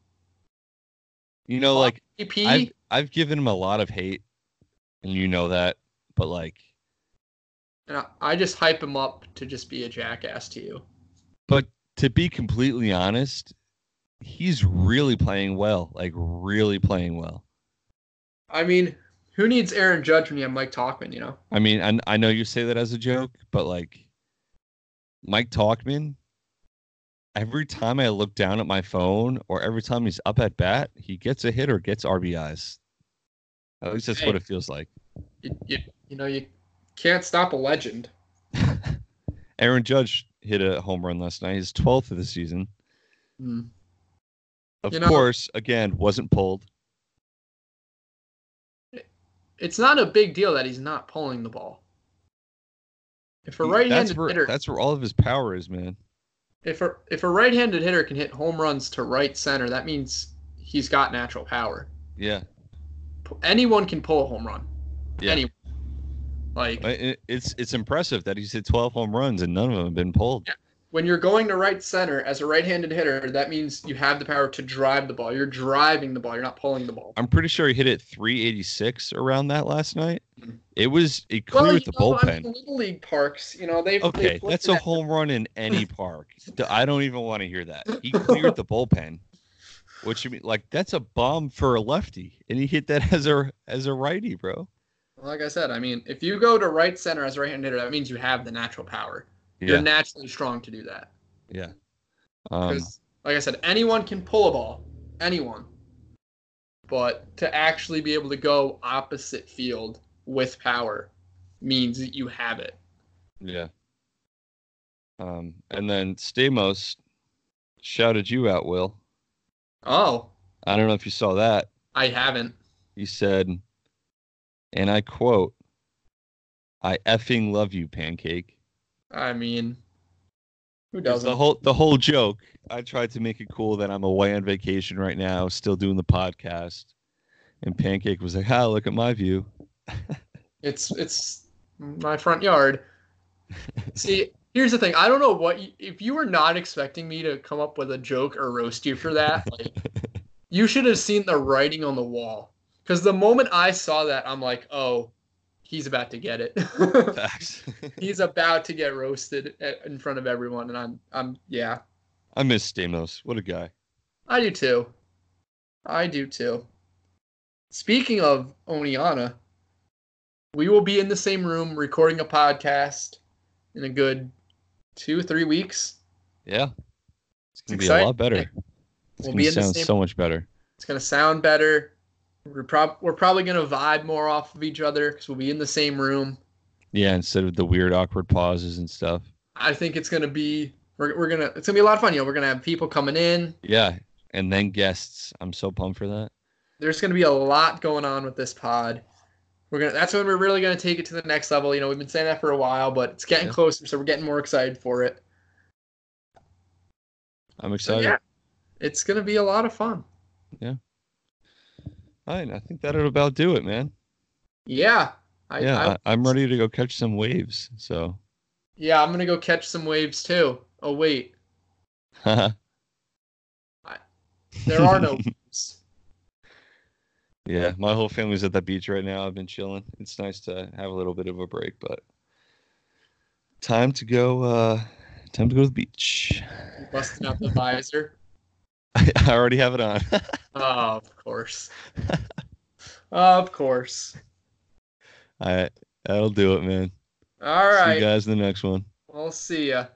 You know, like
MVP.
I've, I've given him a lot of hate, and you know that, but like,
and I, I just hype him up to just be a jackass to you.
but to be completely honest, he's really playing well. Like, really playing well.
I mean, who needs Aaron Judge when you have Mike Talkman? You know,
I mean, I, I know you say that as a joke, but like Mike Talkman, every time I look down at my phone or every time he's up at bat, he gets a hit or gets RBIs. At least that's what
Hey.
it feels like.
you, you, you know you can't stop a legend.
Aaron Judge hit a home run last night, his 12th of the season.
Mm.
Of
You know-
course, again, wasn't pulled.
It's not a big deal that he's not pulling the ball. If a
He-
right-handed
that's where,
hitter,
That's where all of his power is, man.
if a if a right-handed hitter can hit home runs to right center, that means he's got natural power.
Yeah.
P- Anyone can pull a home run.
Yeah.
Anyone. Like
I- it- It's, it's impressive that he's hit 12 home runs and none of them have been pulled.
when you're going to right center as a right-handed hitter, that means you have the power to drive the ball. You're driving the ball. You're not pulling the ball.
I'm pretty sure he hit it 386 around that last night.
Mhm.
It was it cleared
you
the
know, I'm
bullpen.
from Little league parks, you know, they've
Okay,
they've looked
that's
at
a
that.
home run in
*laughs*
any park. D- I don't even want to hear that. He cleared the bullpen, which you mean like that's a bomb for a lefty, and he hit that *laughs* as a as a righty, bro.
Like I said, I mean, if you go to right center as a right-handed hitter, that means you have the natural power. You're
Yeah,
naturally strong to do that.
yeah. Um,
'Cause, like I said, anyone can pull a ball, anyone. But to actually be able to go opposite field with power means that you have it.
yeah. Um, and then Stamos shouted you out, Will.
Oh,
I don't know if you saw that.
I haven't.
He said, and I quote, "I effing love you, pancake."
I mean, who
It's
doesn't?
the whole the whole joke. I tried to make it cool that I'm away on vacation right now, still doing the podcast. And Pancake was like, "Ah, look at my view."
it's it's my front yard. See, here's the thing. I don't know what you, if you were not expecting me to come up with a joke or roast you for that. Like, you should have seen the writing on the wall. Because the moment I saw that, I'm like, oh, he's about to get it. *laughs*
Facts. *laughs*
he's about to get roasted at, in front of everyone, and I'm, I'm, yeah,
I miss Stamos. What a guy.
I do too. I do too. Speaking of Oniana, we will be in the same room recording a podcast in a good two, three weeks.
Yeah. It's gonna be
exciting.
a lot better. It's
We'll
gonna
be in the
sound
same-
so much better.
It's gonna sound better. We're, prob- we're probably gonna vibe more off of each other because we'll be in the same room.
Yeah, instead of the weird awkward pauses and stuff.
I think it's gonna be we're, we're gonna it's gonna be a lot of fun. You know, we're gonna have people coming in.
Yeah. And then guests. I'm so pumped for that.
There's gonna be a lot going on with this pod. We're gonna that's when we're really gonna take it to the next level. You know, we've been saying that for a while, but it's getting
Yeah.
closer, so we're getting more excited for it.
I'm
So
excited.
yeah, it's gonna be a lot of fun.
All right. I think that'll about do it, man.
Yeah. I, I-
yeah. I, I'm ready to go catch some waves. So *laughs*
yeah, I'm gonna go catch some waves too. Oh wait, there
*laughs*
are no waves.
Yeah, my whole family's at the beach right now. I've been chilling. It's nice to have a little bit of a break, but time to go. uh Time to go to the
*laughs*
beach. *laughs*
You busting out the visor.
I already have it on. *laughs*
Oh, of course. *laughs* of course.
All right, that'll do it, man.
All
See you
right.
guys in the next one.
We'll see ya.